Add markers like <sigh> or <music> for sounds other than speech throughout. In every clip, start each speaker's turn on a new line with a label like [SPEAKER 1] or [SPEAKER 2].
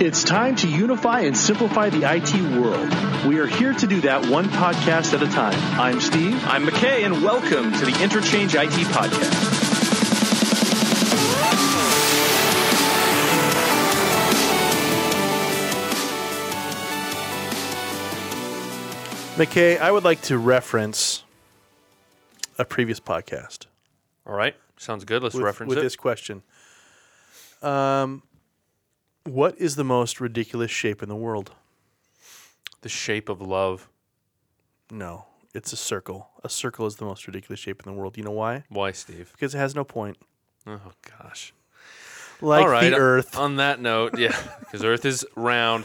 [SPEAKER 1] It's time to unify and simplify the IT world. We are here to do that one podcast at a time. I'm Steve.
[SPEAKER 2] I'm McKay, and welcome to the Interchange IT Podcast.
[SPEAKER 3] McKay, I would like to reference a previous podcast
[SPEAKER 4] All right. Sounds good. Let's
[SPEAKER 3] with,
[SPEAKER 4] reference
[SPEAKER 3] with
[SPEAKER 4] it.
[SPEAKER 3] this question. Um, what is the most ridiculous shape in the world?
[SPEAKER 4] The shape of love.
[SPEAKER 3] No, it's a circle. A circle is the most ridiculous shape in the world. You know why?
[SPEAKER 4] Why, Steve?
[SPEAKER 3] Because it has no point.
[SPEAKER 4] Oh gosh.
[SPEAKER 3] Like
[SPEAKER 4] All right.
[SPEAKER 3] the Earth.
[SPEAKER 4] On that note, yeah, <laughs> because Earth is round.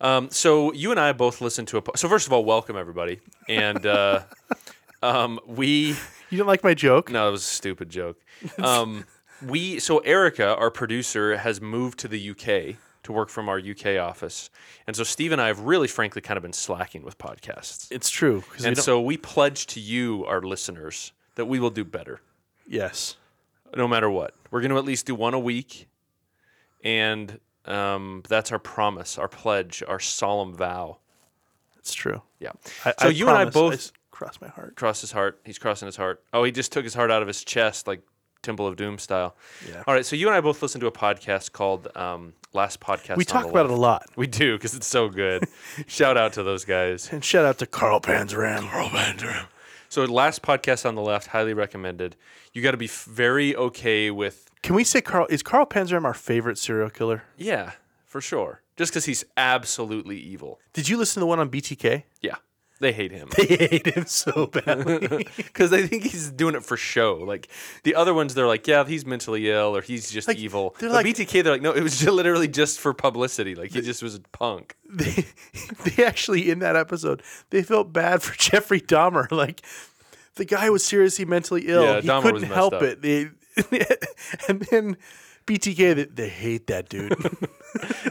[SPEAKER 4] Um, so you and I both listened to a. Po- so first of all, welcome everybody, and uh, <laughs> um, we.
[SPEAKER 3] you don't like my joke?
[SPEAKER 4] No, it was a stupid joke. Um, we so Erica, our producer, has moved to the UK to work from our UK office, and so Steve and I have really, frankly, kind of been slacking with podcasts.
[SPEAKER 3] It's true. 'cause we
[SPEAKER 4] and
[SPEAKER 3] don't-
[SPEAKER 4] so we pledge to you, our listeners, that we will do better.
[SPEAKER 3] yes.
[SPEAKER 4] no matter what. We're going to at least do one a week, and um, that's our promise, our pledge, our solemn vow.
[SPEAKER 3] It's true.
[SPEAKER 4] Yeah.
[SPEAKER 3] I, I
[SPEAKER 4] so you and I
[SPEAKER 3] promise.
[SPEAKER 4] both
[SPEAKER 3] s- cross my heart.
[SPEAKER 4] cross his heart. He's crossing his heart. Oh, he just took his heart out of his chest, like Temple of Doom style.
[SPEAKER 3] Yeah.
[SPEAKER 4] All right. So you and I both listened to a podcast called um, Last Podcast.
[SPEAKER 3] We talk about it a lot.
[SPEAKER 4] We do because it's
[SPEAKER 3] <laughs>
[SPEAKER 4] so good. Shout out to those guys.
[SPEAKER 3] And shout out to Carl Panzram. Carl Panzram.
[SPEAKER 4] So last podcast on the left, highly recommended. You got to be f- very okay with
[SPEAKER 3] Can we say Carl? Is Carl Panzram our favorite serial killer?
[SPEAKER 4] yeah, for sure. Just because he's absolutely evil.
[SPEAKER 3] Did you listen to the one on
[SPEAKER 4] <laughs>
[SPEAKER 3] BTK?
[SPEAKER 4] Yeah. They hate him
[SPEAKER 3] They hate him so
[SPEAKER 4] <laughs>
[SPEAKER 3] badly.
[SPEAKER 4] because they think he's doing it for show. Like the other ones, they're like, yeah, he's mentally ill or he's just
[SPEAKER 3] Like,
[SPEAKER 4] evil.
[SPEAKER 3] they're
[SPEAKER 4] But
[SPEAKER 3] like-
[SPEAKER 4] BTK, they're like, no, it was just literally just for publicity. Like he just was a
[SPEAKER 3] <laughs>
[SPEAKER 4] punk.
[SPEAKER 3] <laughs> they, they actually in that episode they felt bad for <laughs> Jeffrey Dahmer. Like the guy was seriously mentally ill.
[SPEAKER 4] Yeah,
[SPEAKER 3] he
[SPEAKER 4] Dahmer
[SPEAKER 3] couldn't
[SPEAKER 4] was messed
[SPEAKER 3] help
[SPEAKER 4] up.
[SPEAKER 3] it. They, <laughs> and then BTK, they, they hate that dude. <laughs>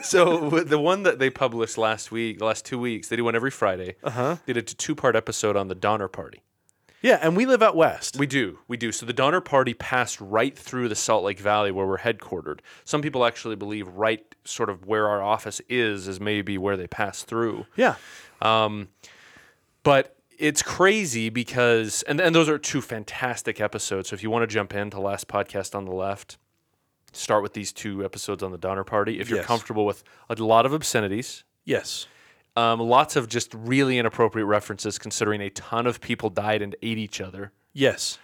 [SPEAKER 4] So with the one that they published last week, the last two weeks, they do one every Friday. Uh
[SPEAKER 3] Uh-huh.
[SPEAKER 4] huh. They did a two part episode on the Donner Party.
[SPEAKER 3] yeah, and we live out west.
[SPEAKER 4] We do, we do. So the Donner Party passed right through the Salt Lake Valley where we're headquartered. Some people actually believe right sort of where our office is is maybe where they passed through.
[SPEAKER 3] yeah,
[SPEAKER 4] but it's crazy because and, and those are two fantastic episodes so if you want to jump into last podcast on the left start with these two episodes on the donner party if you're
[SPEAKER 3] Yes.
[SPEAKER 4] comfortable with a lot of obscenities
[SPEAKER 3] yes.
[SPEAKER 4] um, lots of just really inappropriate references considering a ton of people died and ate each other
[SPEAKER 3] Yes.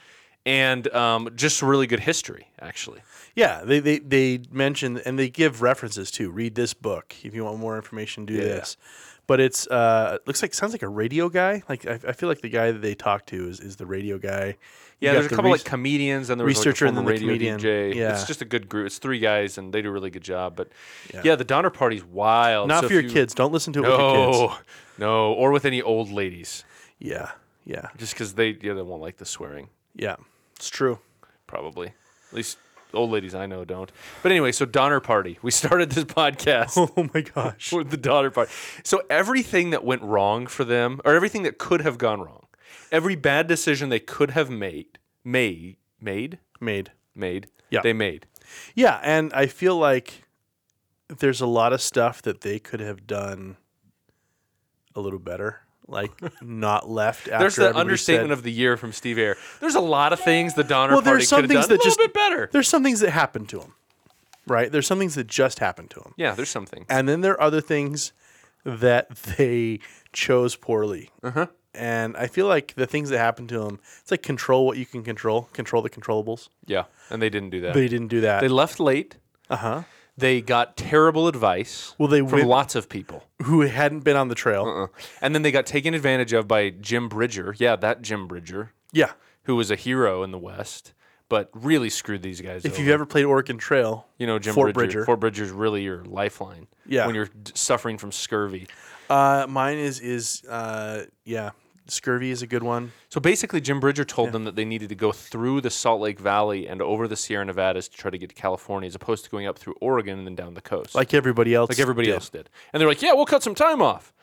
[SPEAKER 4] and um, just really good history actually
[SPEAKER 3] Yeah, they, they, they mention and they give references too. Read this book if you want more information. Do this, but it's uh looks like sounds like a radio guy. Like I, I feel like the guy that they talk to is, is the radio guy. You
[SPEAKER 4] yeah
[SPEAKER 3] got
[SPEAKER 4] there's a
[SPEAKER 3] the
[SPEAKER 4] couple
[SPEAKER 3] res-
[SPEAKER 4] like comedians and there was
[SPEAKER 3] researcher
[SPEAKER 4] like
[SPEAKER 3] and
[SPEAKER 4] a former
[SPEAKER 3] then the
[SPEAKER 4] radio
[SPEAKER 3] comedian.
[SPEAKER 4] DJ.
[SPEAKER 3] Yeah.
[SPEAKER 4] it's just a good group it's three guys and they do a really good job but yeah, the donner party's wild
[SPEAKER 3] not for
[SPEAKER 4] So if
[SPEAKER 3] your
[SPEAKER 4] you-
[SPEAKER 3] kids. Don't listen to it with your kids.
[SPEAKER 4] No, <laughs> no, or with any old ladies,
[SPEAKER 3] Yeah, yeah,
[SPEAKER 4] just because they yeah they won't like the swearing
[SPEAKER 3] yeah. It's true.
[SPEAKER 4] probably. At least old ladies I know don't. But anyway, so Donner Party. We <laughs> started this
[SPEAKER 3] <laughs>
[SPEAKER 4] podcast
[SPEAKER 3] <laughs>
[SPEAKER 4] <laughs>
[SPEAKER 3] Oh my gosh.
[SPEAKER 4] with the Donner Party. So everything that went wrong for them, or everything that could have gone wrong, every bad decision they could have made, made, made,
[SPEAKER 3] Made.
[SPEAKER 4] made,
[SPEAKER 3] Yeah.
[SPEAKER 4] they made.
[SPEAKER 3] Yeah, and I feel like there's a lot of stuff that they could have done a little better.
[SPEAKER 4] <laughs>
[SPEAKER 3] Like not left after
[SPEAKER 4] There's the
[SPEAKER 3] everybody
[SPEAKER 4] understatement
[SPEAKER 3] said-
[SPEAKER 4] of the year from Steve Ayer. There's a lot of things the Donner
[SPEAKER 3] Well,
[SPEAKER 4] Party
[SPEAKER 3] there's some
[SPEAKER 4] could have
[SPEAKER 3] things
[SPEAKER 4] done a
[SPEAKER 3] that
[SPEAKER 4] little
[SPEAKER 3] just-
[SPEAKER 4] bit better.
[SPEAKER 3] there's some things that happened to him, right? There's some things that just happened to him,
[SPEAKER 4] Yeah, there's something.
[SPEAKER 3] and then there are other things that <laughs> they chose poorly. Uh-huh. And I feel like the things that happened to him, it's like control what you can control, control the controllables.
[SPEAKER 4] Yeah, and they didn't do that.
[SPEAKER 3] They didn't do that.
[SPEAKER 4] They left late. Uh huh. They got terrible advice.
[SPEAKER 3] Well, they
[SPEAKER 4] from
[SPEAKER 3] went-
[SPEAKER 4] lots of people, Uh,
[SPEAKER 3] who hadn't been on the trail.
[SPEAKER 4] Uh-uh. and then they got taken advantage of by Jim Bridger. Yeah, that Jim Bridger,
[SPEAKER 3] Yeah.
[SPEAKER 4] who was a hero in the West, but really screwed these guys.
[SPEAKER 3] If
[SPEAKER 4] over.
[SPEAKER 3] you've ever played Oregon Trail,
[SPEAKER 4] you know, Jim
[SPEAKER 3] Fort
[SPEAKER 4] Bridger,
[SPEAKER 3] Bridger.
[SPEAKER 4] Fort Bridger's really your lifeline.
[SPEAKER 3] Yeah.
[SPEAKER 4] when you're d- suffering from scurvy.
[SPEAKER 3] uh, mine is is uh, yeah, scurvy is a good one.
[SPEAKER 4] So basically, Jim Bridger told them that they needed to go through the Salt Lake Valley and over the Sierra Nevadas to try to get to California, as opposed to going up through Oregon and then down the coast,
[SPEAKER 3] Like everybody else,
[SPEAKER 4] like everybody
[SPEAKER 3] did.
[SPEAKER 4] else did. And they're like, "Yeah, we'll cut some time off,"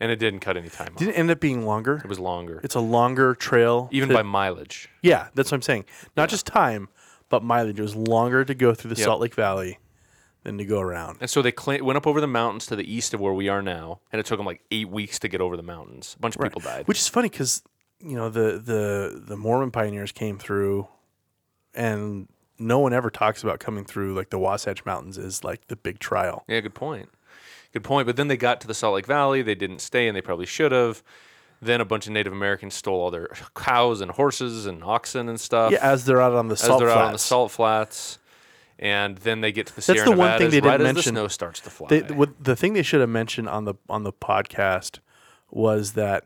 [SPEAKER 4] and it didn't cut any time off.
[SPEAKER 3] Didn't end up being longer.
[SPEAKER 4] It was longer.
[SPEAKER 3] It's a longer trail,
[SPEAKER 4] even
[SPEAKER 3] to-
[SPEAKER 4] by mileage.
[SPEAKER 3] Yeah, that's what I'm saying. Not just time, but mileage. It was longer to go through the Salt Lake Valley than to go around.
[SPEAKER 4] And so they cla went up over the mountains to the east of where we are now, and it took them like eight weeks to get over the mountains. A bunch of people
[SPEAKER 3] <laughs>
[SPEAKER 4] died.
[SPEAKER 3] Which is funny because you know the the the Mormon pioneers came through, and no one ever talks about coming through like the Wasatch Mountains is like the big trial.
[SPEAKER 4] yeah, good point. Good point. But then they got to the Salt Lake Valley. They didn't stay, and they probably should have. Then a bunch of Native Americans stole all their cows and horses and oxen and stuff.
[SPEAKER 3] Yeah, as they're out on the
[SPEAKER 4] as
[SPEAKER 3] salt
[SPEAKER 4] they're
[SPEAKER 3] flats.
[SPEAKER 4] out on the salt flats, and then they get to the Sierra
[SPEAKER 3] the one
[SPEAKER 4] Nevadas
[SPEAKER 3] thing they
[SPEAKER 4] right
[SPEAKER 3] didn't
[SPEAKER 4] as
[SPEAKER 3] mention.
[SPEAKER 4] the snow starts to fly.
[SPEAKER 3] They, what, the thing they should have mentioned on the on the podcast was that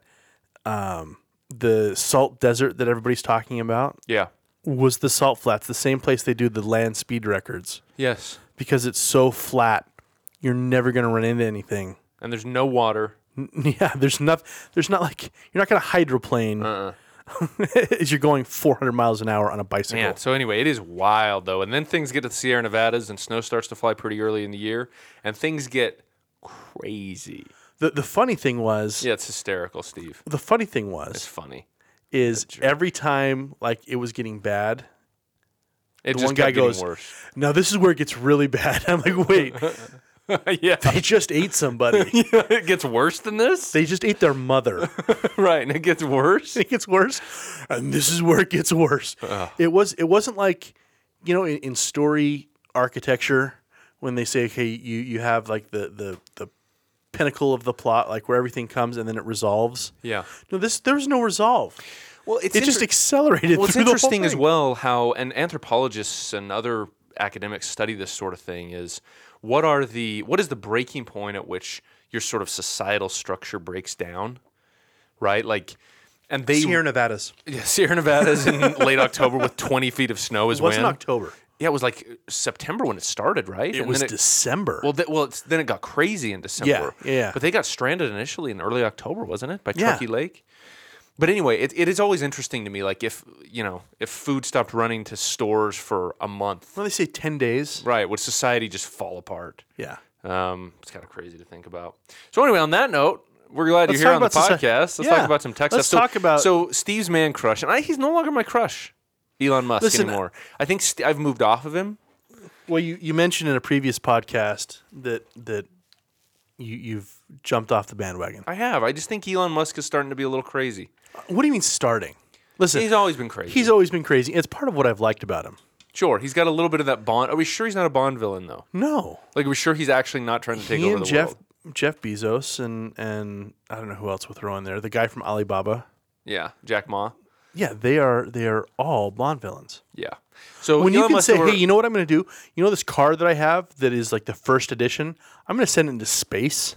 [SPEAKER 3] um, the salt desert that everybody's talking about
[SPEAKER 4] yeah.
[SPEAKER 3] was the salt flats, the same place they do the land speed records,
[SPEAKER 4] Yes.
[SPEAKER 3] because it's so flat, you're never gonna run into anything. <laughs>
[SPEAKER 4] And there's no water.
[SPEAKER 3] Yeah, there's not there's not like you're not gonna hydroplane <laughs> as you're going 400 miles an hour on a bicycle.
[SPEAKER 4] Man, so anyway, it is wild though. And then things get to the Sierra Nevadas and snow starts to fly pretty early in the year and things get crazy.
[SPEAKER 3] The the funny thing was
[SPEAKER 4] Yeah, it's hysterical, Steve.
[SPEAKER 3] the funny thing was
[SPEAKER 4] It's funny.
[SPEAKER 3] is every time like it was getting bad. The
[SPEAKER 4] It just
[SPEAKER 3] one guy
[SPEAKER 4] kept getting
[SPEAKER 3] goes, <laughs>
[SPEAKER 4] worse. <laughs>
[SPEAKER 3] Now this is where it gets really <laughs> bad. I'm like, wait,
[SPEAKER 4] yeah. <laughs>
[SPEAKER 3] they just ate somebody.
[SPEAKER 4] it gets worse than this?
[SPEAKER 3] They just ate their mother.
[SPEAKER 4] <laughs> right, and it
[SPEAKER 3] <laughs>
[SPEAKER 4] gets worse.
[SPEAKER 3] it gets worse, and this is where it gets worse. It was. It wasn't like, you know, in, in story architecture when they say, okay, you you have like the the the pinnacle of the plot, like where everything comes and then it resolves.
[SPEAKER 4] Yeah.
[SPEAKER 3] No, this there was no resolve.
[SPEAKER 4] Well, it's
[SPEAKER 3] It just accelerated.
[SPEAKER 4] Well, it's
[SPEAKER 3] through the whole
[SPEAKER 4] interesting as
[SPEAKER 3] thing.
[SPEAKER 4] well how and anthropologists and other academics study this sort of thing is what are the what is the breaking point at which your sort of societal structure breaks down, right? Like, and they
[SPEAKER 3] Sierra Nevada's. It
[SPEAKER 4] <laughs> yeah, Sierra Nevada's <laughs> in late October with 20 feet of snow is
[SPEAKER 3] wasn't
[SPEAKER 4] when
[SPEAKER 3] October.
[SPEAKER 4] yeah, it was like September when it started, right?
[SPEAKER 3] It was
[SPEAKER 4] then
[SPEAKER 3] December.
[SPEAKER 4] well, th- well, it's, then it got crazy in December.
[SPEAKER 3] yeah, yeah.
[SPEAKER 4] But they got stranded initially in early October, wasn't it, by
[SPEAKER 3] Yeah.
[SPEAKER 4] Truckee Lake? But anyway, it, it is always interesting to me, like if you know, if food stopped running to stores for a month,
[SPEAKER 3] when they say ten days.
[SPEAKER 4] right? Would society just fall apart?
[SPEAKER 3] Yeah.
[SPEAKER 4] Um, it's kind of crazy to think about. So anyway, on that note, we're glad
[SPEAKER 3] Let's
[SPEAKER 4] you're
[SPEAKER 3] talk
[SPEAKER 4] here on the
[SPEAKER 3] about soci-
[SPEAKER 4] podcast. Let's talk
[SPEAKER 3] Yeah.
[SPEAKER 4] about some tech
[SPEAKER 3] Let's
[SPEAKER 4] stuff. So-
[SPEAKER 3] talk about-
[SPEAKER 4] so Steve's man crush, and I, he's no longer my crush, Elon Musk
[SPEAKER 3] Listen,
[SPEAKER 4] anymore. I think St- I've moved off of him.
[SPEAKER 3] Well, you, you mentioned in a previous podcast that that you, you've jumped off the bandwagon.
[SPEAKER 4] I have. I just think Elon Musk is starting to be a little crazy.
[SPEAKER 3] What do you mean starting? Listen,
[SPEAKER 4] He's always been crazy.
[SPEAKER 3] he's always been crazy. It's part of what I've liked about him.
[SPEAKER 4] Sure, he's got a little bit of that Bond. Are we sure he's not a Bond villain though?
[SPEAKER 3] No,
[SPEAKER 4] Like, are we sure he's actually not trying to take
[SPEAKER 3] he
[SPEAKER 4] over
[SPEAKER 3] and
[SPEAKER 4] the
[SPEAKER 3] Jeff
[SPEAKER 4] world?
[SPEAKER 3] Jeff Bezos and and I don't know who else we'll throw in there. The guy from Alibaba.
[SPEAKER 4] Yeah, Jack Ma.
[SPEAKER 3] Yeah, they are they are all Bond villains.
[SPEAKER 4] Yeah. So
[SPEAKER 3] When you
[SPEAKER 4] Elon
[SPEAKER 3] can
[SPEAKER 4] Musk
[SPEAKER 3] say,
[SPEAKER 4] over-
[SPEAKER 3] "Hey, you know what I'm going to do? You know this car that I have that is like the first edition? I'm going to send it into
[SPEAKER 4] <laughs>
[SPEAKER 3] space."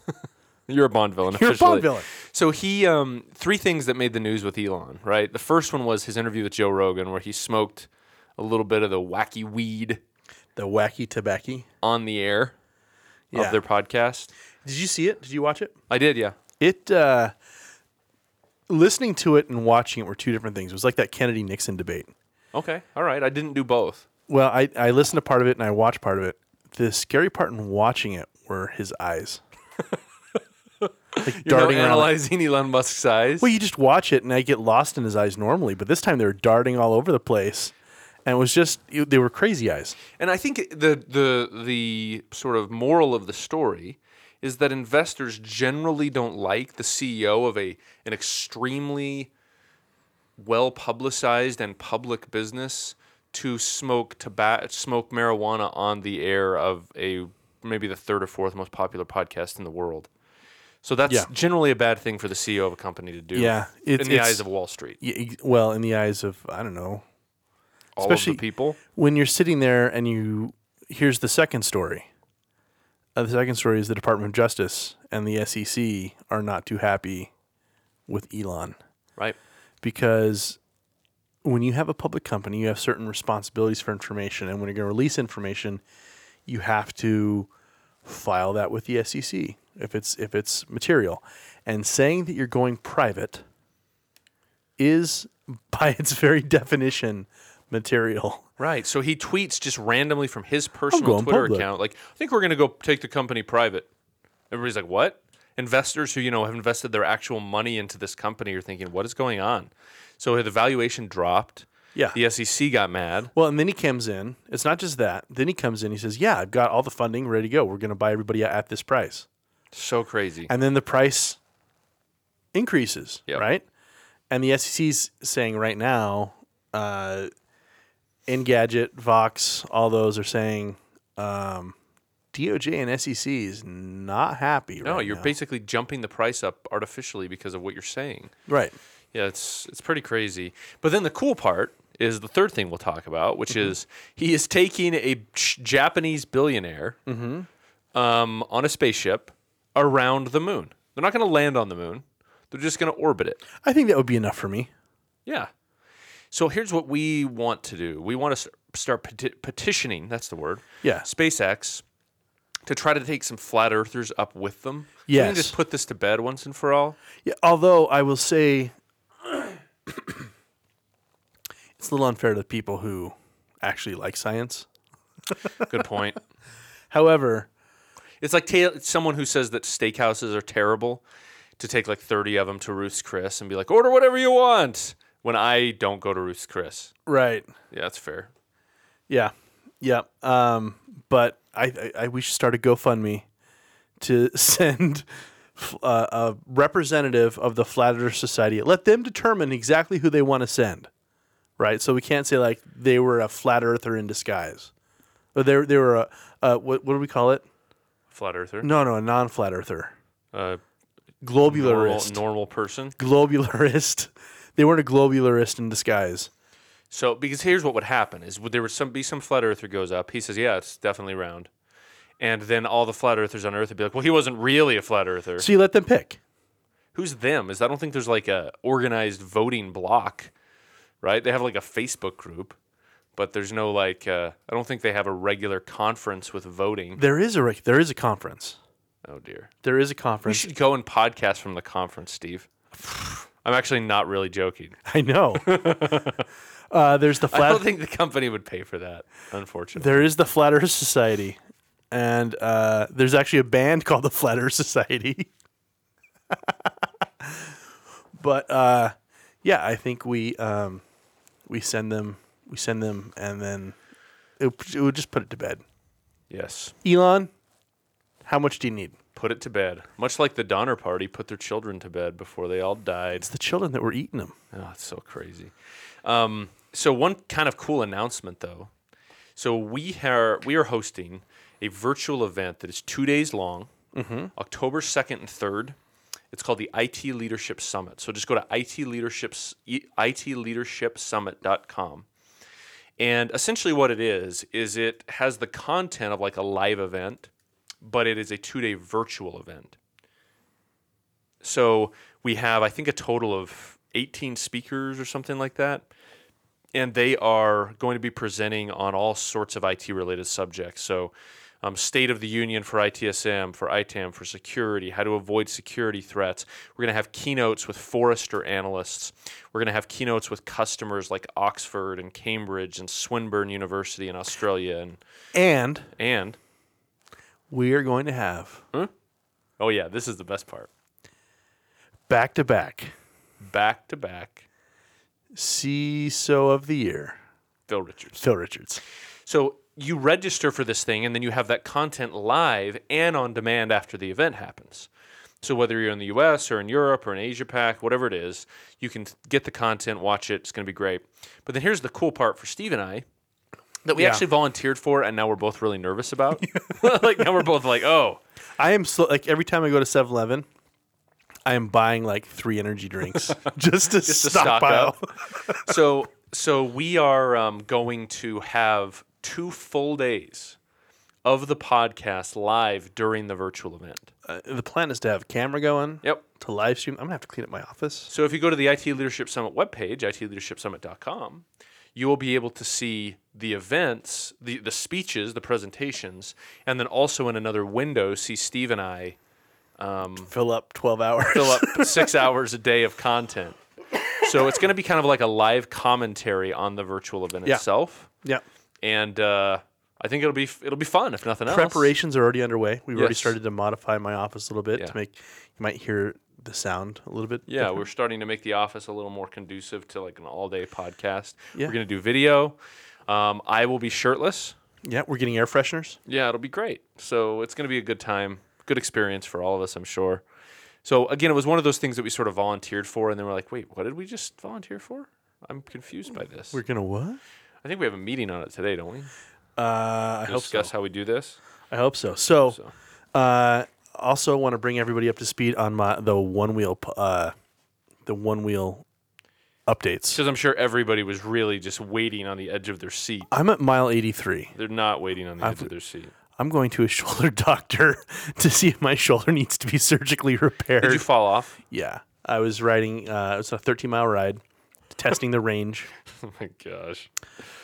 [SPEAKER 4] you're a Bond villain.
[SPEAKER 3] You're a
[SPEAKER 4] officially.
[SPEAKER 3] Bond villain.
[SPEAKER 4] So he, um, three things that made the news with Elon. Right. The first one was his interview with Joe Rogan, where he smoked a little bit of the wacky weed
[SPEAKER 3] the wacky tobacco.
[SPEAKER 4] on the air
[SPEAKER 3] Yeah.
[SPEAKER 4] of their podcast.
[SPEAKER 3] Did you see it? Did you watch it?
[SPEAKER 4] I did. Yeah.
[SPEAKER 3] it uh listening to it and watching it were two different things it was like that kennedy nixon debate
[SPEAKER 4] Okay. All right. I didn't do both.
[SPEAKER 3] well i i listened to part of it and i watched part of it the scary part in watching it were his <laughs> eyes like
[SPEAKER 4] You're
[SPEAKER 3] darting
[SPEAKER 4] now
[SPEAKER 3] around like-
[SPEAKER 4] analyzing <laughs> Elon Musk's eyes.
[SPEAKER 3] well you just watch it and i get lost in his eyes normally but this time they were darting all over the place and it was just it- they were crazy eyes
[SPEAKER 4] And I think the the the sort of moral of the story is that investors generally don't like the CEO of a an extremely well publicized and public business to smoke tobacco smoke marijuana on the air of a maybe the third or fourth most popular podcast in the world. So that's
[SPEAKER 3] Yeah.
[SPEAKER 4] generally a bad thing for the CEO of a company to do.
[SPEAKER 3] Yeah,
[SPEAKER 4] in
[SPEAKER 3] it's-
[SPEAKER 4] the
[SPEAKER 3] it's-
[SPEAKER 4] eyes of Wall Street,
[SPEAKER 3] Y- ex- well in the eyes of i don't know
[SPEAKER 4] all of the
[SPEAKER 3] especially-
[SPEAKER 4] people.
[SPEAKER 3] when you're sitting there and you here's the second story. Uh, the second story is the Department of Justice and the SEC are not too happy with Elon
[SPEAKER 4] Right.
[SPEAKER 3] because when you have a public company, you have certain responsibilities for information, and when you're going to release information, you have to file that with the SEC if it's if it's material. And saying that you're going private is <laughs> by its very definition material. <laughs>
[SPEAKER 4] Right. So he tweets just randomly from his personal
[SPEAKER 3] going
[SPEAKER 4] Twitter
[SPEAKER 3] public.
[SPEAKER 4] account, like, I think we're going to go take the company private. Everybody's like, what? Investors who, you know, have invested their actual money into this company are thinking, what is going on? So the valuation dropped.
[SPEAKER 3] Yeah.
[SPEAKER 4] The SEC got mad.
[SPEAKER 3] Well, and then he comes in. It's not just that. Then he comes in. He says, "Yeah, I've got all the funding ready to go. We're going to buy everybody at- at this price."
[SPEAKER 4] So crazy.
[SPEAKER 3] And then the price increases,
[SPEAKER 4] Yep.
[SPEAKER 3] right? And the SEC's saying right now, uh, Engadget, Vox, all those are saying um, DOJ and SEC is not happy.
[SPEAKER 4] No,
[SPEAKER 3] right
[SPEAKER 4] you're
[SPEAKER 3] now.
[SPEAKER 4] basically jumping the price up artificially because of what you're saying.
[SPEAKER 3] right.
[SPEAKER 4] Yeah, it's it's pretty crazy. But then the cool part is the third thing we'll talk about, which
[SPEAKER 3] Mm-hmm.
[SPEAKER 4] is he is taking a ch- Japanese billionaire
[SPEAKER 3] Mm-hmm.
[SPEAKER 4] um, on a spaceship around the moon. They're not going to land on the moon. They're just going to orbit it.
[SPEAKER 3] I think that would be enough for me.
[SPEAKER 4] Yeah. So here's what we want to do. We want to s- start peti- petitioning. That's the word.
[SPEAKER 3] Yeah.
[SPEAKER 4] SpaceX to try to take some flat earthers up with them. Can
[SPEAKER 3] Yes.
[SPEAKER 4] we just put this to bed once and for all.
[SPEAKER 3] Yeah, although I will say it's a little unfair to the people who actually like science.
[SPEAKER 4] Good point.
[SPEAKER 3] However,
[SPEAKER 4] It's like ta- it's someone who says that steakhouses are terrible to take like 30 of them to Ruth's Chris and be like, order whatever you want when I don't go to Ruth's Chris.
[SPEAKER 3] right.
[SPEAKER 4] Yeah, that's fair.
[SPEAKER 3] Yeah. Yeah. Um, but I, I, I we should start a GoFundMe to <laughs> send f- uh, a representative of the Flat Earth Society. Let them determine exactly who they want to send. Right? So we can't say like they were a flat earther in disguise. Or they they were a uh, what what do we call it?
[SPEAKER 4] Flat earther.
[SPEAKER 3] No, no, a non-flat earther.
[SPEAKER 4] Uh, normal,
[SPEAKER 3] globularist.
[SPEAKER 4] normal person.
[SPEAKER 3] Globularist. <laughs> They weren't a globularist in disguise.
[SPEAKER 4] So because here's what would happen is would there would some be some flat earther goes up. He says, "Yeah, it's definitely round." And then all the flat earthers on Earth would be like, "Well, he wasn't really a flat earther."
[SPEAKER 3] So you let them pick.
[SPEAKER 4] Who's them? Is I don't think there's like a organized voting block, right? They have like a Facebook group, but there's no like uh, I don't think they have a regular conference with voting.
[SPEAKER 3] There is a rec- there is a conference.
[SPEAKER 4] Oh dear.
[SPEAKER 3] There is a
[SPEAKER 4] We
[SPEAKER 3] conference.
[SPEAKER 4] should go and podcast from the conference, Steve. <sighs> I'm actually not really joking.
[SPEAKER 3] <laughs>
[SPEAKER 4] <laughs>
[SPEAKER 3] I know. uh, there's the
[SPEAKER 4] I
[SPEAKER 3] flat.
[SPEAKER 4] don't think the company would pay for that, unfortunately.
[SPEAKER 3] there is the Flat Earth Society, and uh, there's actually a band <laughs> called the Flat Earth Society. <laughs> but uh, yeah, I think we um, we send them we send them, and then it, it would just put it to bed.
[SPEAKER 4] Yes.
[SPEAKER 3] Elon, how much do you need?
[SPEAKER 4] put it to bed. Much like the Donner Party put their children to bed before they all died.
[SPEAKER 3] It's the children that were eating them.
[SPEAKER 4] Oh, it's so crazy. Um, so one kind of cool announcement though. So we are we are hosting a virtual event that is two days long, October second and third. It's called the IT Leadership Summit. So just go to IT Leadership's e, itleadershipsummit.com. And essentially what it is is it has the content of like a live event, but it is a two-day virtual event. So we have, I think, a total of 18 speakers or something like that. And they are going to be presenting on all sorts of IT related subjects. So, um, State of the Union for ITSM, for ITAM, for security, how to avoid security threats. We're going to have keynotes with Forrester analysts. We're going to have keynotes with customers like Oxford and Cambridge and Swinburne University in Australia. And,
[SPEAKER 3] And
[SPEAKER 4] and
[SPEAKER 3] we are going to have
[SPEAKER 4] oh, yeah, this is the best part
[SPEAKER 3] back to back
[SPEAKER 4] back to back,
[SPEAKER 3] CISO of the year,
[SPEAKER 4] Phil Richards.
[SPEAKER 3] Phil Richards.
[SPEAKER 4] So you register for this thing, and then you have that content live and on demand after the event happens. So whether you're in the U.S. or in Europe or in Asia Pac, whatever it is, you can get the content, watch it. It's going to be great. But then here's the cool part for Steve and I that we
[SPEAKER 3] Yeah.
[SPEAKER 4] actually volunteered for, and now we're both really nervous about. <laughs> like now we're both like, oh,
[SPEAKER 3] I am so like every time I go to 7-Eleven, I am buying like three energy drinks
[SPEAKER 4] <laughs>
[SPEAKER 3] <laughs> just to
[SPEAKER 4] to stock
[SPEAKER 3] stockpile.
[SPEAKER 4] up. so so we are um, going to have two full days of the podcast live during the virtual event.
[SPEAKER 3] Uh, the plan is to have a camera going.
[SPEAKER 4] Yep.
[SPEAKER 3] To live stream, I'm gonna have to clean up my office.
[SPEAKER 4] So if you go to the IT Leadership Summit webpage, itleadershipsummit.com, you will be able to see the events, the, the speeches, the presentations, and then also in another window, see Steve and I
[SPEAKER 3] Fill up 12 hours.
[SPEAKER 4] fill up six hours a day of content. So it's going to be kind of like a live commentary on the virtual event
[SPEAKER 3] Yeah.
[SPEAKER 4] itself,
[SPEAKER 3] <laughs> yeah.
[SPEAKER 4] and uh, I think it'll be it'll be fun if nothing else.
[SPEAKER 3] Preparations are already underway. We've already
[SPEAKER 4] Yes.
[SPEAKER 3] started to modify my office a little bit
[SPEAKER 4] Yeah.
[SPEAKER 3] to make. You might hear the sound a little bit.
[SPEAKER 4] Yeah,
[SPEAKER 3] different.
[SPEAKER 4] we're starting to make the office a little more conducive to like an all-day podcast.
[SPEAKER 3] Yeah.
[SPEAKER 4] We're gonna do video. Um, I will be shirtless.
[SPEAKER 3] yeah, we're getting air fresheners.
[SPEAKER 4] Yeah, it'll be great. So it's going to be a good time, good experience for all of us, I'm sure. So again, it was one of those things that we sort of volunteered for, and then we're like, wait, what did we just volunteer for? I'm confused by this.
[SPEAKER 3] We're gonna what?
[SPEAKER 4] I think we have a meeting on it today, don't we?
[SPEAKER 3] Uh, I hope so.
[SPEAKER 4] Discuss how we do this.
[SPEAKER 3] I hope so. So, Uh, also want to bring everybody up to speed on my the one wheel p- uh, the one wheel updates.
[SPEAKER 4] Because I'm sure everybody was really just waiting on the edge of their seat.
[SPEAKER 3] I'm at mile 83.
[SPEAKER 4] They're not waiting on the edge of their seat.
[SPEAKER 3] I'm going to a <laughs> shoulder doctor <laughs> to see if my shoulder needs to be surgically repaired.
[SPEAKER 4] Did you fall off? <laughs>
[SPEAKER 3] yeah, I was riding. Uh, it was a 13 mile ride, testing the range.
[SPEAKER 4] Oh my gosh.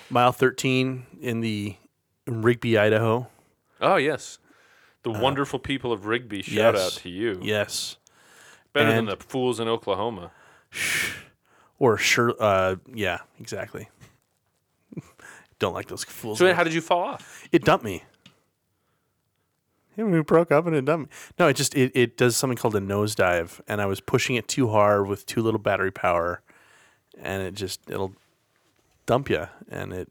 [SPEAKER 3] Mile 13 in the in Rigby, Idaho.
[SPEAKER 4] Oh yes. The wonderful people of Rigby, shout
[SPEAKER 3] Uh, yes.
[SPEAKER 4] out to you.
[SPEAKER 3] Yes,
[SPEAKER 4] Better
[SPEAKER 3] and-
[SPEAKER 4] than the fools in Oklahoma.
[SPEAKER 3] or sure. Uh, yeah, exactly. <laughs> Don't like those fools.
[SPEAKER 4] So wait, how did you fall off?
[SPEAKER 3] It dumped me. Yeah, we broke up and it dumped me. No, it just it, it does something called a nosedive, and I was pushing it too hard with too little battery power, and it just it'll dump you, and it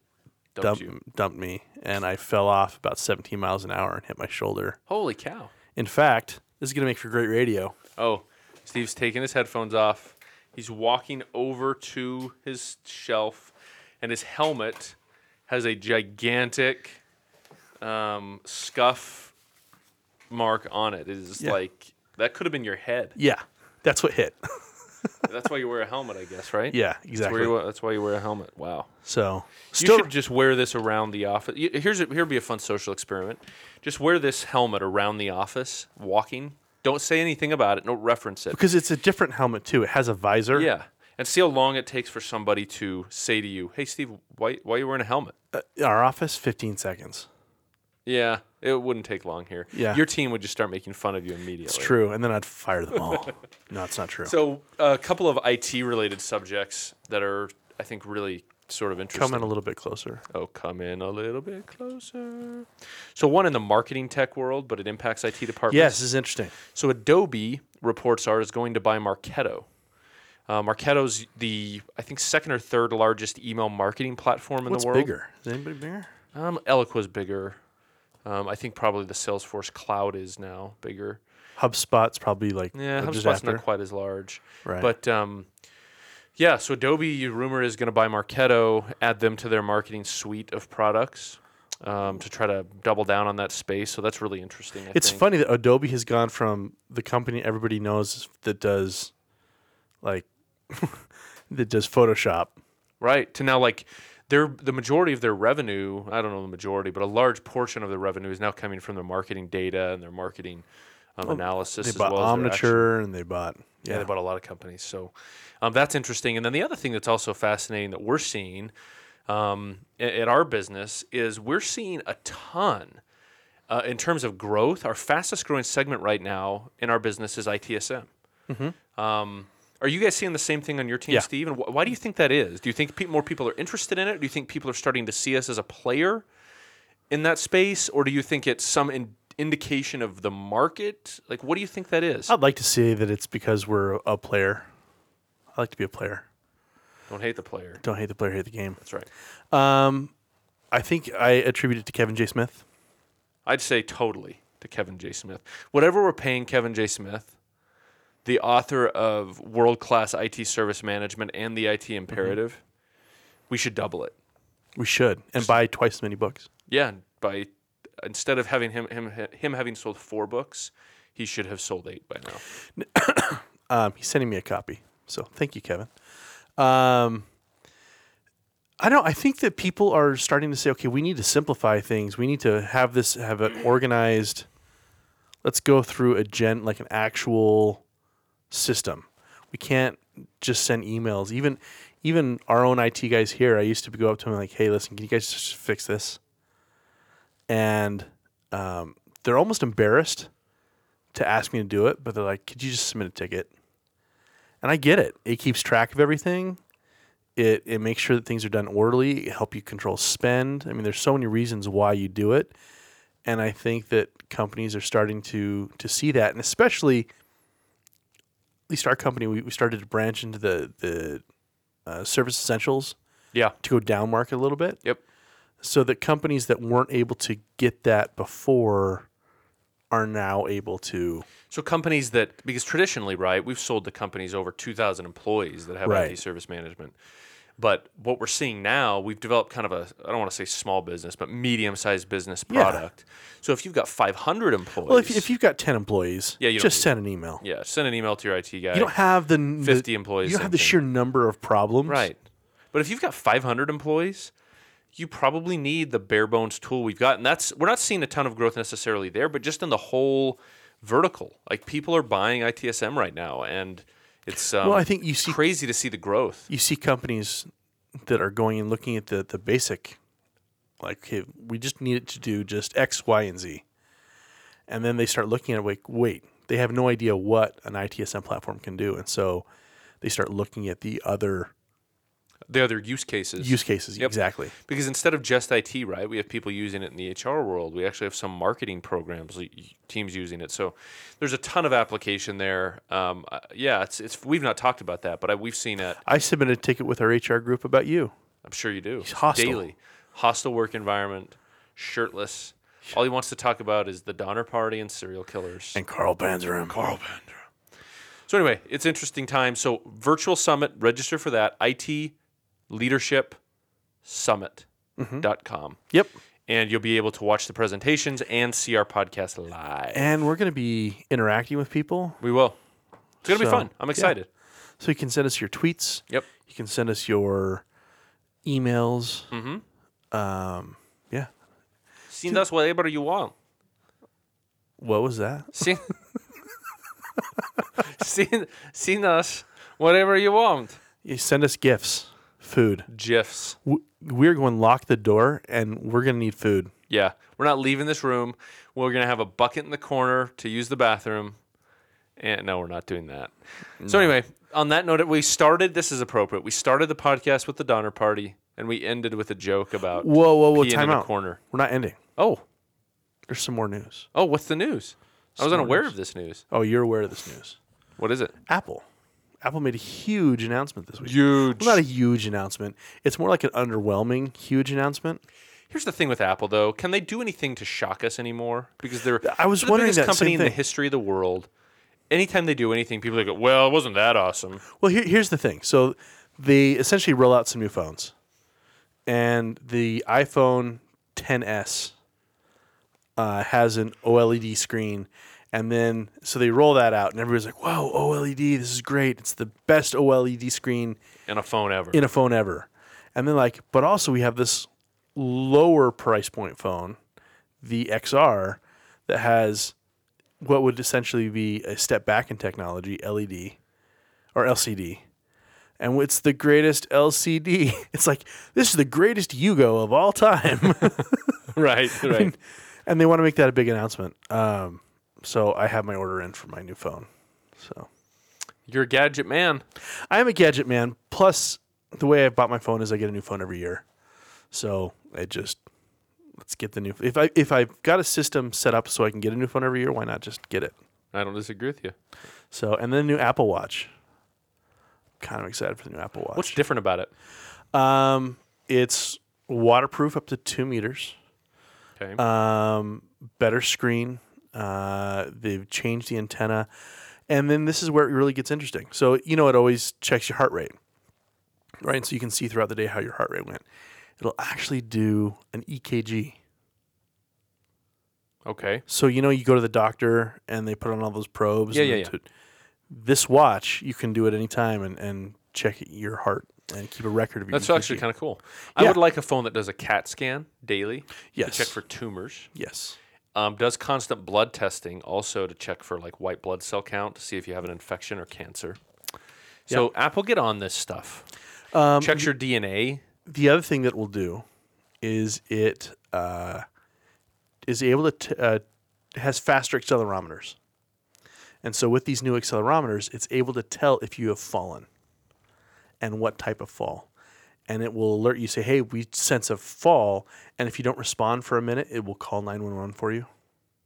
[SPEAKER 4] Dumped
[SPEAKER 3] dumped
[SPEAKER 4] you.
[SPEAKER 3] dumped me, and I fell off about 17 miles an hour and hit my shoulder.
[SPEAKER 4] Holy cow.
[SPEAKER 3] In fact, this is gonna make for great radio.
[SPEAKER 4] Oh, Steve's taking his headphones off. He's walking over to his shelf, and his helmet has a gigantic um, scuff mark on it. It is
[SPEAKER 3] Yeah.
[SPEAKER 4] like that could have been your head.
[SPEAKER 3] Yeah, that's what <laughs> hit.
[SPEAKER 4] That's why you wear a helmet, I guess, right?
[SPEAKER 3] yeah,
[SPEAKER 4] That's, where
[SPEAKER 3] exactly.
[SPEAKER 4] you, wa- that's why you wear a helmet. Wow.
[SPEAKER 3] So
[SPEAKER 4] You
[SPEAKER 3] still
[SPEAKER 4] should just wear this around the office. Y- Here's a, here would be a fun social experiment. Just wear this helmet around the office, walking. Don't say anything about it. Don't reference it.
[SPEAKER 3] because it's a different helmet too. It has a visor.
[SPEAKER 4] Yeah, and see how long it takes for somebody to say to you, "Hey, Steve, why why you wearing a helmet?"
[SPEAKER 3] Uh, our office, 15 seconds.
[SPEAKER 4] Yeah, it wouldn't take long here.
[SPEAKER 3] Yeah.
[SPEAKER 4] your team would just start making fun of you immediately.
[SPEAKER 3] It's true, and then I'd fire them <laughs> all. no, it's not true.
[SPEAKER 4] So, a couple of IT related subjects that are, I think, really sort of interesting.
[SPEAKER 3] Come in a little bit closer.
[SPEAKER 4] Oh, come in a little bit closer. So, one in the marketing tech world, but it impacts IT departments.
[SPEAKER 3] Yes, this is interesting.
[SPEAKER 4] So Adobe reports are is going to buy Marketo. Uh, Marketo's the I think second or third largest email marketing platform in
[SPEAKER 3] What's
[SPEAKER 4] the world.
[SPEAKER 3] bigger? Is anybody bigger?
[SPEAKER 4] Um, Eloqua's bigger. Um, I think probably the Salesforce Cloud is now bigger.
[SPEAKER 3] HubSpot's probably like
[SPEAKER 4] Yeah,
[SPEAKER 3] uh, just
[SPEAKER 4] HubSpot's not
[SPEAKER 3] after.
[SPEAKER 4] quite as large.
[SPEAKER 3] Right.
[SPEAKER 4] But um, yeah, so Adobe rumor is going to buy Marketo, add them to their marketing suite of products um, to try to double down on that space. So that's really interesting. I
[SPEAKER 3] It's
[SPEAKER 4] think.
[SPEAKER 3] funny that Adobe has gone from the company everybody knows that does, like, <laughs> that does Photoshop.
[SPEAKER 4] right? To now like their the majority of their revenue, I don't know the majority, but a large portion of their revenue is now coming from their marketing data and their marketing um, analysis.
[SPEAKER 3] They
[SPEAKER 4] as
[SPEAKER 3] bought
[SPEAKER 4] well as their action.
[SPEAKER 3] Omniture and they bought
[SPEAKER 4] Yeah, they bought a lot of companies. So um, that's interesting. And then the other thing that's also fascinating that we're seeing um, a- at our business is we're seeing a ton uh, in terms of growth. Our fastest growing segment right now in our business is ITSM. Um, are you guys seeing the same thing on your team,
[SPEAKER 3] Yeah.
[SPEAKER 4] Steve? And wh- why do you think that is? Do you think pe- more people are interested in it? Do you think people are starting to see us as a player in that space? Or do you think it's some in- indication of the market? Like, what do you think that is?
[SPEAKER 3] I'd like to say that it's because we're a player. I like to be a player.
[SPEAKER 4] Don't hate the player.
[SPEAKER 3] Don't hate the player, hate the game.
[SPEAKER 4] That's right.
[SPEAKER 3] Um, I think I attribute it to Kevin J. Smith.
[SPEAKER 4] I'd say totally to Kevin J. Smith. Whatever we're paying Kevin J. Smith, the author of World Class IT Service Management and the IT Imperative, we should double it.
[SPEAKER 3] We should and buy twice as many books.
[SPEAKER 4] Yeah, by instead of having him him him having sold four books, he should have sold eight by now.
[SPEAKER 3] Um, he's sending me a copy, so thank you, Kevin. Um, I don't. I think that people are starting to say, okay, we need to simplify things. We need to have this have an organized. Let's go through a gen like an actual system. We can't just send emails. Even even our own IT guys here. I used to go up to them like, hey, listen, can you guys just fix this? And um, they're almost embarrassed to ask me to do it, but they're like, could you just submit a ticket? And I get it. It keeps track of everything. It it makes sure that things are done orderly. It help you control spend. I mean, there's so many reasons why you do it, and I think that companies are starting to to see that, and especially least our company, we, we started to branch into the the uh, service essentials
[SPEAKER 4] Yeah.
[SPEAKER 3] to go down market a little bit.
[SPEAKER 4] Yep.
[SPEAKER 3] so that companies that weren't able to get that before are now able to
[SPEAKER 4] So companies that because traditionally, right, we've sold to companies over 2,000 employees that have
[SPEAKER 3] Right.
[SPEAKER 4] IT service management. But what we're seeing now, we've developed kind of a I don't want to say small business, but medium-sized business product. So if you've got 500 employees,
[SPEAKER 3] well if, if you've got 10 employees
[SPEAKER 4] Yeah, you don't
[SPEAKER 3] just
[SPEAKER 4] need-
[SPEAKER 3] send an email
[SPEAKER 4] yeah, send an email to your IT guy.
[SPEAKER 3] you don't have the n- the-
[SPEAKER 4] 50 employees,
[SPEAKER 3] you don't
[SPEAKER 4] same
[SPEAKER 3] have the
[SPEAKER 4] thing.
[SPEAKER 3] sheer number of problems
[SPEAKER 4] Right. But if you've got 500 employees, you probably need the bare bones tool we've got. And that's, we're not seeing a ton of growth necessarily there, but just in the whole vertical. Like people are buying ITSM right now. And it's, um,
[SPEAKER 3] well i think you see
[SPEAKER 4] crazy to see the growth.
[SPEAKER 3] you see companies that are going and looking at the the basic like okay we just need it to do just x y and z and then they start looking at it like wait they have no idea what an itsm platform can do and so they start looking at the other
[SPEAKER 4] The other use cases.
[SPEAKER 3] use cases
[SPEAKER 4] Yep.
[SPEAKER 3] exactly
[SPEAKER 4] because instead of just IT, right, we have people using it in the HR world. We actually have some marketing programs, y- y- teams using it. So there's a ton of application there. Um, uh, yeah, it's, it's we've not talked about that, but I, we've seen it.
[SPEAKER 3] I submitted a ticket with our HR group about you.
[SPEAKER 4] I'm sure you do.
[SPEAKER 3] hostile.
[SPEAKER 4] Daily. Hostile work environment, shirtless. All he wants to talk about is the Donner Party and serial killers.
[SPEAKER 3] And Carl Banzerum. Carl
[SPEAKER 4] So anyway, it's interesting time. So virtual summit, register for that. IT Leadership Summit
[SPEAKER 3] Mm-hmm.
[SPEAKER 4] dot com.
[SPEAKER 3] Yep.
[SPEAKER 4] And you'll be able to watch the presentations and see our podcast live.
[SPEAKER 3] And we're going to be interacting with people.
[SPEAKER 4] We will. It's gonna
[SPEAKER 3] So,
[SPEAKER 4] be fun. I'm
[SPEAKER 3] yeah.
[SPEAKER 4] excited.
[SPEAKER 3] So you can send us your tweets.
[SPEAKER 4] Yep.
[SPEAKER 3] You can send us your emails. Mm-hmm. Um, yeah.
[SPEAKER 4] Send us whatever you want.
[SPEAKER 3] What was that?
[SPEAKER 4] Send, <laughs> send, send us whatever you want.
[SPEAKER 3] You send us gifts, food.
[SPEAKER 4] GIFs.
[SPEAKER 3] W- We're going to lock the door and we're going to need food.
[SPEAKER 4] Yeah, we're not leaving this room. We're gonna have a bucket in the corner to use the bathroom. And no, we're not doing that. So anyway, on that note, we started. This is appropriate. We started the podcast with the Donner Party, and we ended with a joke about
[SPEAKER 3] Whoa, whoa, whoa.
[SPEAKER 4] peeing
[SPEAKER 3] Time
[SPEAKER 4] in
[SPEAKER 3] out.
[SPEAKER 4] a corner.
[SPEAKER 3] We're not ending.
[SPEAKER 4] Oh,
[SPEAKER 3] There's some more news.
[SPEAKER 4] oh, what's the news? I was
[SPEAKER 3] Some
[SPEAKER 4] unaware
[SPEAKER 3] news.
[SPEAKER 4] of this news.
[SPEAKER 3] Oh, you're aware of this news.
[SPEAKER 4] What is it?
[SPEAKER 3] Apple. Apple made a huge announcement this week.
[SPEAKER 4] Huge.
[SPEAKER 3] Well, not a huge announcement. It's more like an underwhelming huge announcement.
[SPEAKER 4] Here's the thing with Apple, though. Can they do anything to shock us anymore? Because they're
[SPEAKER 3] I was
[SPEAKER 4] they're the
[SPEAKER 3] wondering
[SPEAKER 4] biggest
[SPEAKER 3] that same
[SPEAKER 4] company in the
[SPEAKER 3] thing.
[SPEAKER 4] history of the world. Anytime they do anything, people go, "Well, it wasn't that awesome."
[SPEAKER 3] Well, here, here's the thing. So they essentially roll out some new phones, and the iPhone 10s uh, has an OLED screen, and then so they roll that out, and everybody's like, "Wow, OLED! E This is great! It's the best OLED screen
[SPEAKER 4] In a
[SPEAKER 3] <laughs>
[SPEAKER 4] phone ever.
[SPEAKER 3] in a phone ever." And then like, but also we have this lower price point phone, the XR, that has what would essentially be a step back in technology, LED or LCD. And it's the greatest LCD. <laughs> It's like this is the greatest Yugo of all time, <laughs>
[SPEAKER 4] right. Right.
[SPEAKER 3] and they want to make that a big announcement. Um, so I have my order in for my new phone. So
[SPEAKER 4] You're a gadget man.
[SPEAKER 3] I am a gadget man. Plus, the way I bought my phone is I get a new phone every year. So I just let's get the new. If I if I've got a system set up so I can get a new phone every year, why not just get it?
[SPEAKER 4] I don't disagree with you.
[SPEAKER 3] So and then new Apple Watch. Kind of excited for the new Apple Watch.
[SPEAKER 4] What's different about it?
[SPEAKER 3] Um, it's waterproof up to two meters.
[SPEAKER 4] Okay.
[SPEAKER 3] Um, better screen. Uh, they've changed the antenna, and then this is where it really gets interesting. So you know, it always checks your heart rate, right? And so you can see throughout the day how your heart rate went. It'll actually do an E EKG.
[SPEAKER 4] okay.
[SPEAKER 3] So you know, you go to the doctor and they put on all those probes.
[SPEAKER 4] Yeah,
[SPEAKER 3] and
[SPEAKER 4] yeah,
[SPEAKER 3] then
[SPEAKER 4] yeah.
[SPEAKER 3] to- this watch, you can do it anytime and and check your heart and keep a record of your. E
[SPEAKER 4] That's actually kind of cool. I
[SPEAKER 3] Yeah.
[SPEAKER 4] would like a phone that does a CAT scan daily
[SPEAKER 3] Yes.
[SPEAKER 4] to check for tumors.
[SPEAKER 3] yes.
[SPEAKER 4] Um, does constant blood testing also to check for like white blood cell count to see if you have an infection or cancer. So Apple, get on this stuff.
[SPEAKER 3] Um,
[SPEAKER 4] Checks your DNA.
[SPEAKER 3] the other thing that we'll do is it uh, is able to t- uh, has faster accelerometers, and so with these new accelerometers, it's able to tell if you have fallen and what type of fall, and it will alert you. Say, hey, we sense a fall, and if you don't respond for a minute, it will call nine one one for you.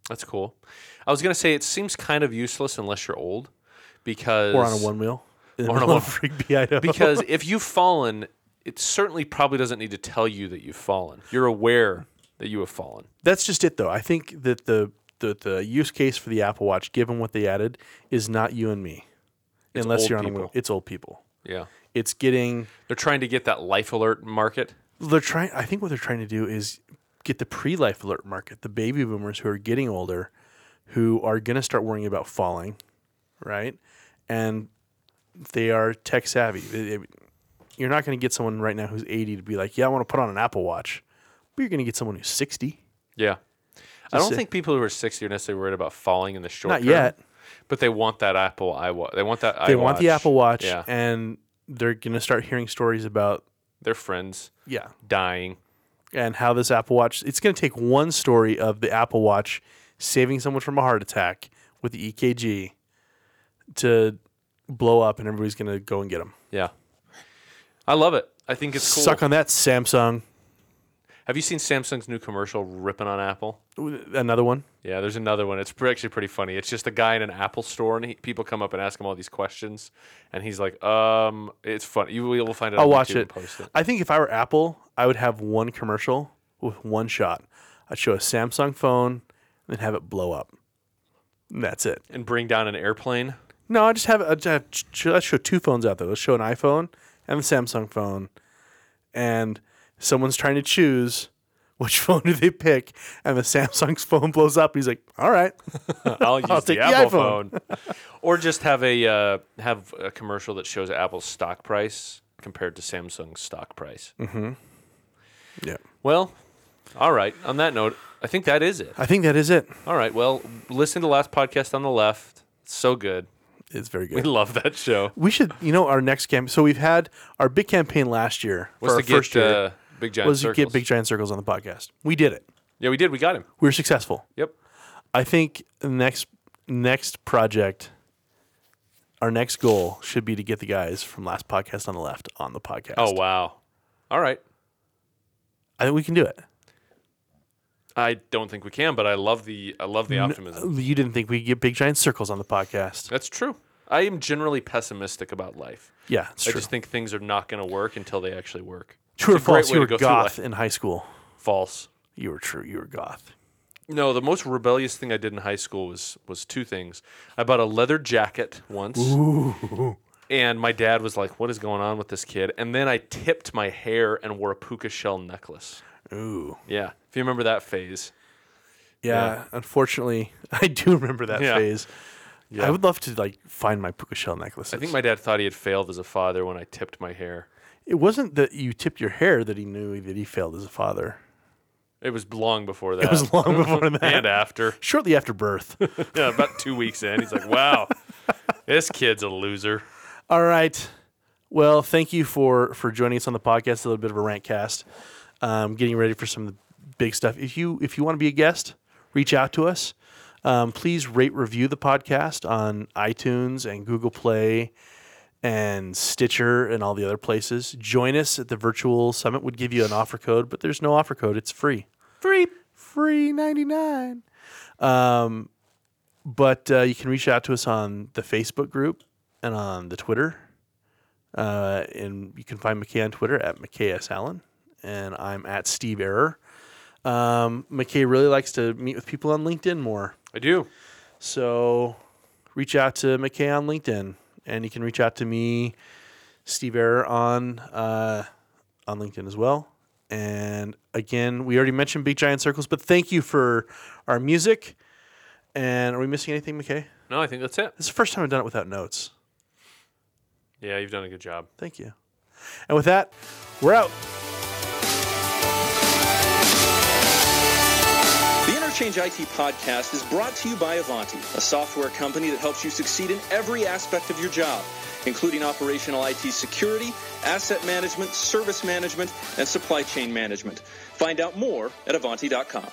[SPEAKER 4] That's cool. I was gonna say it seems kind of useless unless you're old, because
[SPEAKER 3] Or on a one <laughs> wheel.
[SPEAKER 4] <laughs> Or on a one-
[SPEAKER 3] Rigby, Idaho.
[SPEAKER 4] because if you've fallen, it certainly probably doesn't need to tell you that you've fallen. You're aware that you have fallen.
[SPEAKER 3] that's just it though. I think that the the, the use case for the Apple Watch, given what they added, is not you and me, unless
[SPEAKER 4] old
[SPEAKER 3] you're on a
[SPEAKER 4] people.
[SPEAKER 3] wheel. It's old people.
[SPEAKER 4] Yeah.
[SPEAKER 3] It's getting
[SPEAKER 4] They're trying to get that life alert market.
[SPEAKER 3] they're trying. I think what they're trying to do is get the pre-life alert market, the baby boomers who are getting older, who are going to start worrying about falling, right? And they are tech savvy. They- they- You're not going to get someone right now who's 80 to be like, "Yeah, I want to put on an Apple Watch," but you're going to get someone who's 60.
[SPEAKER 4] Yeah. I don't
[SPEAKER 3] Just-
[SPEAKER 4] think people who are 60 are necessarily worried about falling in the short
[SPEAKER 3] Not
[SPEAKER 4] term.
[SPEAKER 3] yet.
[SPEAKER 4] But they want that Apple iWatch. They want that
[SPEAKER 3] They want the
[SPEAKER 4] iWatch.
[SPEAKER 3] Apple Watch,
[SPEAKER 4] Yeah.
[SPEAKER 3] and they're going to start hearing stories about
[SPEAKER 4] Their friends
[SPEAKER 3] yeah,
[SPEAKER 4] dying.
[SPEAKER 3] and how this Apple Watch. It's going to take one story of the Apple Watch saving someone from a heart attack with the EKG to blow up, and everybody's going to go and get them.
[SPEAKER 4] Yeah. I love it. I think it's cool.
[SPEAKER 3] Suck on that, Samsung.
[SPEAKER 4] Have you seen Samsung's new commercial ripping on Apple?
[SPEAKER 3] Another one.
[SPEAKER 4] Yeah, there's another one. It's pre- actually pretty funny. It's just a guy in an Apple store, and he, people come up and ask him all these questions, and he's like, "Um, it's funny. You will find it.
[SPEAKER 3] I'll
[SPEAKER 4] on
[SPEAKER 3] watch
[SPEAKER 4] YouTube and
[SPEAKER 3] it.
[SPEAKER 4] Post it.
[SPEAKER 3] I think if I were Apple, I would have one commercial with one shot. I'd show a Samsung phone and have it blow up. And that's it.
[SPEAKER 4] And bring down an airplane.
[SPEAKER 3] No, I just have, I just have sh- let's show two phones out there. Let's show an iPhone and the Samsung phone, and someone's trying to choose <laughs> which phone do they pick, and the Samsung's <laughs> phone blows up. And he's like, "All right, <laughs>
[SPEAKER 4] I'll use the
[SPEAKER 3] take the
[SPEAKER 4] Apple
[SPEAKER 3] iPhone.
[SPEAKER 4] phone, or just have a uh, have a commercial that shows Apple's stock price compared to Samsung's stock price.
[SPEAKER 3] Hmm. yeah."
[SPEAKER 4] Well, all right. On that note, I think that is it.
[SPEAKER 3] I think that is it.
[SPEAKER 4] All right. Well, listen to last podcast on the left. It's so good. <laughs>
[SPEAKER 3] It's very
[SPEAKER 4] We
[SPEAKER 3] good.
[SPEAKER 4] love that show.
[SPEAKER 3] We should, you know, our next camp. So we've had our big campaign last year for
[SPEAKER 4] Was
[SPEAKER 3] our
[SPEAKER 4] to
[SPEAKER 3] first
[SPEAKER 4] get
[SPEAKER 3] year
[SPEAKER 4] uh, big giant
[SPEAKER 3] was to
[SPEAKER 4] circles.
[SPEAKER 3] get big giant circles on the podcast. We did it.
[SPEAKER 4] yeah, we did. We got him.
[SPEAKER 3] We were successful.
[SPEAKER 4] Yep.
[SPEAKER 3] I think next next project, our next goal should be to get the guys from last podcast on the left on the podcast.
[SPEAKER 4] Oh wow! All right,
[SPEAKER 3] I think we can do it.
[SPEAKER 4] I don't think we can, but I love the I love the optimism.
[SPEAKER 3] You didn't think we could get big giant circles on the podcast?
[SPEAKER 4] That's true. I am generally pessimistic about life.
[SPEAKER 3] Yeah, it's
[SPEAKER 4] I
[SPEAKER 3] true.
[SPEAKER 4] just think things are not going to work until they actually work.
[SPEAKER 3] True or
[SPEAKER 4] It's a great
[SPEAKER 3] false? You
[SPEAKER 4] way to
[SPEAKER 3] were
[SPEAKER 4] go through
[SPEAKER 3] goth
[SPEAKER 4] life.
[SPEAKER 3] in high school.
[SPEAKER 4] False.
[SPEAKER 3] You were true. You were goth.
[SPEAKER 4] No, the most rebellious thing I did in high school was was two things. I bought a leather jacket once. And my dad was like, "What is going on with this kid?" And then I tipped my hair and wore a puka shell necklace.
[SPEAKER 3] Ooh.
[SPEAKER 4] Yeah, if you remember that phase.
[SPEAKER 3] Yeah. Unfortunately, <laughs> I do remember that
[SPEAKER 4] Yeah.
[SPEAKER 3] phase. I would love to like find my puka shell necklaces.
[SPEAKER 4] I think my dad thought he had failed as a father when I tipped my hair.
[SPEAKER 3] it wasn't that you tipped your hair that he knew that he failed as a father.
[SPEAKER 4] It was long before that.
[SPEAKER 3] It was
[SPEAKER 4] <laughs>
[SPEAKER 3] long before that.
[SPEAKER 4] and after.
[SPEAKER 3] Shortly after
[SPEAKER 4] <laughs>
[SPEAKER 3] birth.
[SPEAKER 4] Yeah, about two weeks in, he's like, "Wow, this kid's a loser."
[SPEAKER 3] All right. Well, thank you for for joining us on the podcast. A little bit of a rant cast. Um, getting ready for some of the big stuff. If you if you want to be a guest, reach out to us. Um, please rate review the podcast on iTunes and Google Play and Stitcher and all the other places. Join us at the virtual summit. Would give you an offer code, but there's no offer code. It's free. Free. Free ninety nine. Um, but uh, you can reach out to us on the Facebook group and on the Twitter. Uh, and you can find McKay on Twitter at McKay S. Allen. And I'm at Steve Error. Um, McKay really likes to meet with people on LinkedIn more.
[SPEAKER 4] I do.
[SPEAKER 3] So reach out to McKay on LinkedIn. And you can reach out to me, Steve Error, on, uh, on LinkedIn as well. And again, we already mentioned Big Giant Circles, but thank you for our music. And are we missing anything, McKay?
[SPEAKER 4] No, I think that's it.
[SPEAKER 3] This is the first time I've done it without notes.
[SPEAKER 4] Yeah, you've done a good job.
[SPEAKER 3] Thank you. And with that, we're out.
[SPEAKER 2] The Interchange IT podcast is brought to you by Avanti, a software company that helps you succeed in every aspect of your job, including operational IT security, asset management, service management, and supply chain management. Find out more at Avanti.com.